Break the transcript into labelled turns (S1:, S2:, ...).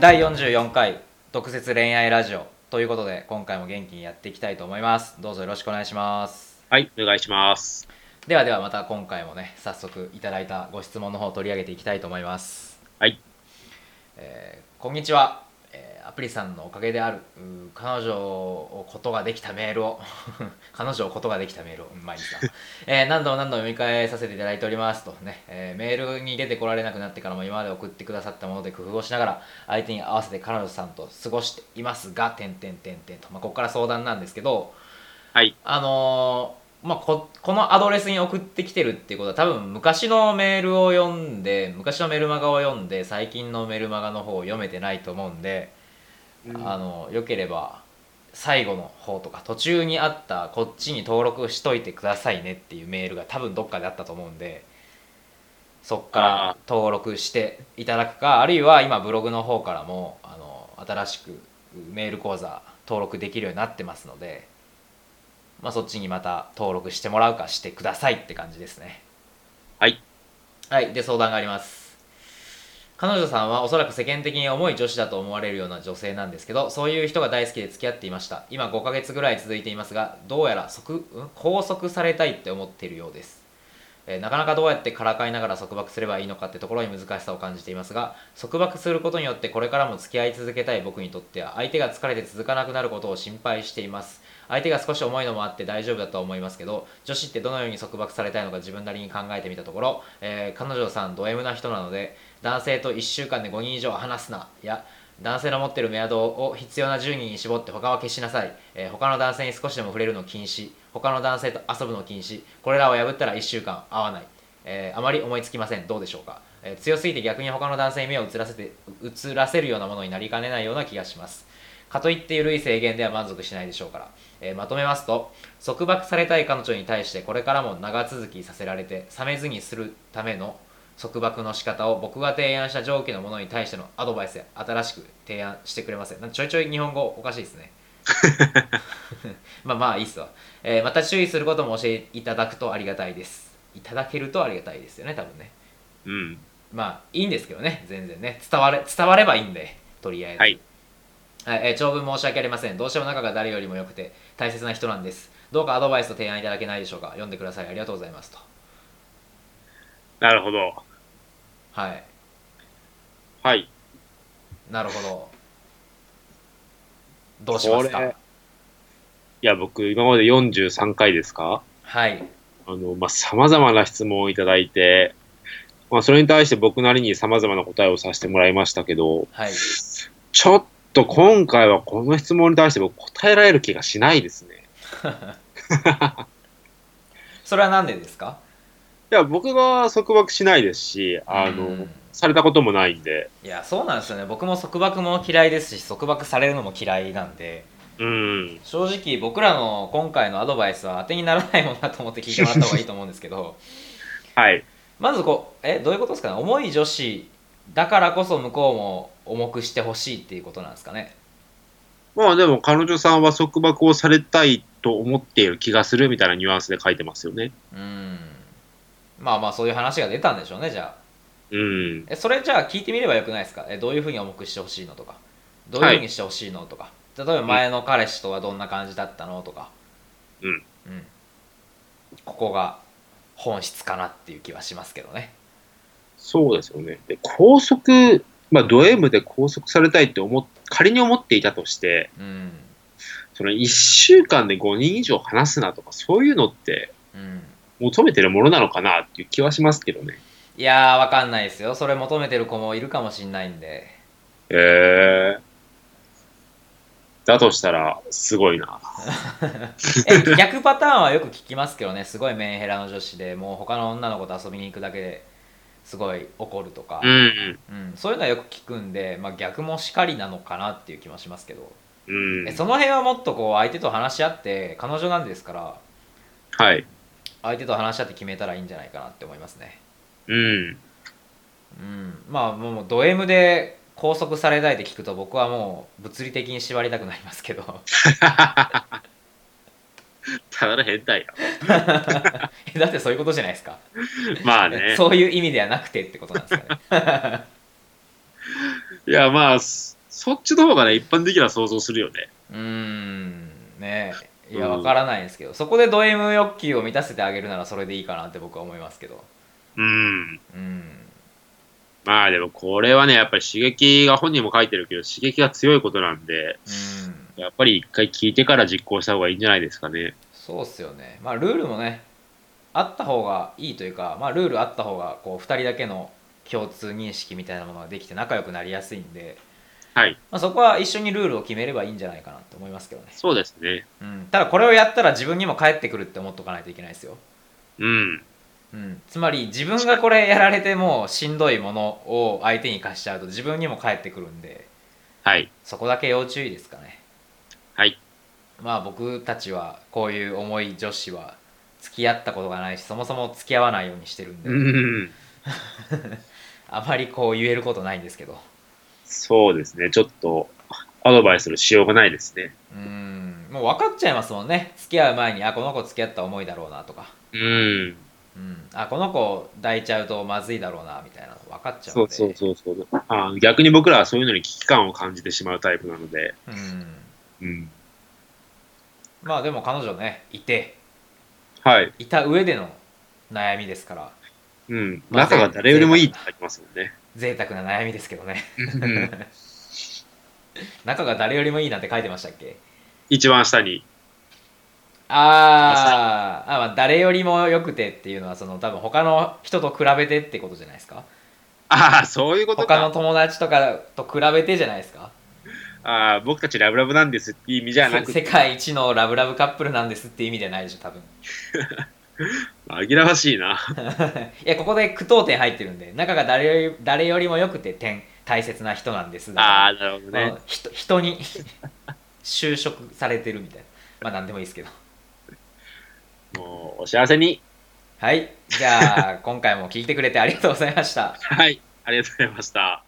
S1: 第44回特設恋愛ラジオということで今回も元気にやっていきたいと思いますどうぞよろしくお願いします
S2: はい、お願いします。
S1: ではではまた今回もね早速いただいたご質問の方を取り上げていきたいと思います
S2: はい、
S1: えーこんにちは、えーアプリさんのおかげであるうー彼女をことができたメールを 彼女をことができたメールをうんまあいいですか、 えー何度も何度も読み返させていただいておりますとね、えーメールに出てこられなくなってからも今まで送ってくださったもので工夫をしながら相手に合わせて彼女さんと過ごしていますが点点点点と、まあ、ここから相談なんですけど
S2: はい、
S1: あのーまあ、ここのアドレスに送ってきてるっていうことは多分昔のメールを読んで昔のメルマガを読んで最近のメルマガの方を読めてないと思うんで、あのよければ最後の方とか途中にあったこっちに登録しといてくださいねっていうメールが多分どっかであったと思うんでそっから
S2: あ
S1: 登録していただくかあるいは今ブログの方からもあの新しくメール講座登録できるようになってますので、まあ、そっちにまた登録してもらうかしてくださいって感じですね。
S2: はい、
S1: はい、で相談があります彼女さんはおそらく世間的に重い女子だと思われるような女性なんですけどそういう人が大好きで付き合っていました今5ヶ月ぐらい続いていますがどうやら即、ん拘束されたいって思っているようです、えーなかなかどうやってからかいながら束縛すればいいのかってところに難しさを感じていますが束縛することによってこれからも付き合い続けたい僕にとっては相手が疲れて続かなくなることを心配しています相手が少し重いのもあって大丈夫だとは思いますけど女子ってどのように束縛されたいのか自分なりに考えてみたところ、えー彼女さんド M な人なので男性と1週間で5人以上話すなや男性の持ってるメアドを必要な10人に絞って他は消しなさい、えー他の男性に少しでも触れるの禁止他の男性と遊ぶの禁止これらを破ったら1週間会わないえーあまり思いつきませんどうでしょうか、えー強すぎて逆に他の男性に目を移らせて移らせるようなものになりかねないような気がしますかといって緩い制限では満足しないでしょうから、えーまとめますと束縛されたい彼女に対してこれからも長続きさせられて冷めずにするための束縛の仕方を僕が提案した上記のものに対してのアドバイスや新しく提案してくれませんなんかちょいちょい日本語おかしいですね まあまあいいっすわ、えーまた注意することも教えていただくとありがたいですいただけるとありがたいですよね多分ね
S2: うん、
S1: まあいいんですけどね全然ね伝われ伝わればいいんでとりあえず
S2: はい、
S1: はいえー長文申し訳ありませんどうしても仲が誰よりも良くて大切な人なんですどうかアドバイスと提案いただけないでしょうか読んでくださいありがとうございますと
S2: なるほど。
S1: はい
S2: はい、
S1: なるほ どどうします
S2: こ
S1: か
S2: れいや、僕、今まで43回ですか
S1: はい
S2: あの、まあ、様々な質問をいただいて、まあ、それに対して僕なりに様々な答えをさせてもらいましたけど、
S1: はい
S2: ちょっと今回はこの質問に対して僕答えられる気がしないですね。
S1: それは何でですか
S2: いや、僕は束縛しないですし、あ
S1: う
S2: の
S1: ん、
S2: されたこともないんで、
S1: いやそうなんですよね僕も束縛も嫌いですし束縛されるのも嫌いなんで
S2: うん、
S1: 正直僕らの今回のアドバイスは当てにならないもんだと思って聞いてもらった方がいいと思うんですけど
S2: はい、
S1: まずこうえどういうことですかね重い女子だからこそ向こうも重くしてほしいっていうことなんですかね
S2: まあでも彼女さんは束縛をされたいと思っている気がするみたいなニュアンスで書いてますよね。
S1: うんまあまあそういう話が出たんでしょうねじゃあ
S2: うん。
S1: えそれじゃあ聞いてみればよくないですかえどういうふうに重くしてほしいのとかどういうふうにしてほしいのとか、例えば前の彼氏とはどんな感じだったのとか
S2: うん
S1: うんここが本質かなっていう気はしますけどね
S2: そうですよね。で、拘束、まあド M で拘束されたいって思っ、仮に思っていたとして、
S1: うん
S2: その1週間で5人以上話すなとか、そういうのって
S1: うん
S2: 求めてるものなのかなっていう気はしますけどね。
S1: いやーわかんないですよそれ求めてる子もいるかもしんないんで
S2: えー。だとしたら、すごいな。
S1: え逆パターンはよく聞きますけどねすごいメンヘラの女子でもう他の女の子と遊びに行くだけですごい怒るとか、
S2: うん。
S1: うんそういうのはよく聞くんで、まあ、逆もしかりなのかなっていう気もしますけど、
S2: うん
S1: え。その辺はもっとこう相手と話し合って彼女なんですから
S2: はい。
S1: 相手と話し合って決めたらいいんじゃないかなって思いますね
S2: うん。
S1: うんまあもうド M で拘束されたいって聞くと僕はもう物理的に縛りたくなりますけど
S2: ただの変態や。
S1: えだってそういうことじゃないですか、
S2: まあね。
S1: そういう意味ではなくてってことなんですかね
S2: いや、まあ、すそっちの方がね、一般的には想像するよね。
S1: うーんねえいや
S2: うん
S1: わからないですけど、そこでド M 欲求を満たせてあげるならそれでいいかなって僕は思いますけど
S2: うん。
S1: うん
S2: まあでもこれはね、やっぱり刺激が本人も書いてるけど、刺激が強いことなんで、
S1: うん
S2: やっぱり一回聞いてから実行した方がいいんじゃないですかね。
S1: そうっすよねまあルールもねあった方がいいというかまあルールあった方がこう2人だけの共通認識みたいなものができて仲良くなりやすいんで、
S2: はい。
S1: まあ、そこは一緒にルールを決めればいいんじゃないかなと思いますけどね、
S2: そうですね。
S1: うん、ただこれをやったら自分にも返ってくるって思っとかないといけないですよ
S2: うん。
S1: うん、つまり自分がこれやられてもしんどいものを相手に貸しちゃうと自分にも返ってくるんで
S2: はい。
S1: そこだけ要注意ですかね
S2: はい。
S1: まあ僕たちはこういう重い女子は付き合ったことがないしそもそも付き合わないようにしてるんで、
S2: うん。
S1: あまりこう言えることないんですけど
S2: そうですね。ちょっと、アドバイスのしようがないですね。
S1: うんもう分かっちゃいますもんね付き合う前にあこの子付き合った思いだろうなとか、
S2: うん。
S1: うん、あこの子抱いちゃうとまずいだろうなみたいなの分かっちゃう
S2: そ
S1: ん
S2: う
S1: で
S2: そうそうそうあー。逆に僕らはそういうのに危機感を感じてしまうタイプなので、
S1: うん、
S2: うん。
S1: まあでも彼女ねいて
S2: はい。
S1: いた上での悩みですから
S2: うん。
S1: まあ
S2: 仲が誰よりもいいって書きますもん ね。
S1: 贅沢な悩みですけどね
S2: うん
S1: 仲が誰よりもいいなんて書いてましたっけ
S2: 一番下に。
S1: あーあ、まあ、誰よりも良くてっていうのはその多分他の人と比べてってことじゃないですか
S2: ああ、そういうこと
S1: 他の
S2: か。
S1: 友達とかと比べてじゃないですか
S2: ああ、僕たちラブラブなんですっていう意味じゃなく
S1: 世
S2: て、
S1: 界一のラブラブカップルなんですって意味じゃないでしょ多分
S2: 紛らわしいな。
S1: いやここで句読点入ってるんで仲が誰より誰よりも良くて点大切な人なんですだから
S2: ああ、なるほどね
S1: まあ。人人に 就職されてるみたいなまあ何でもいいですけど
S2: もう、お幸せに。
S1: はいじゃあ今回も聞いてくれてありがとうございました
S2: はい。ありがとうございました。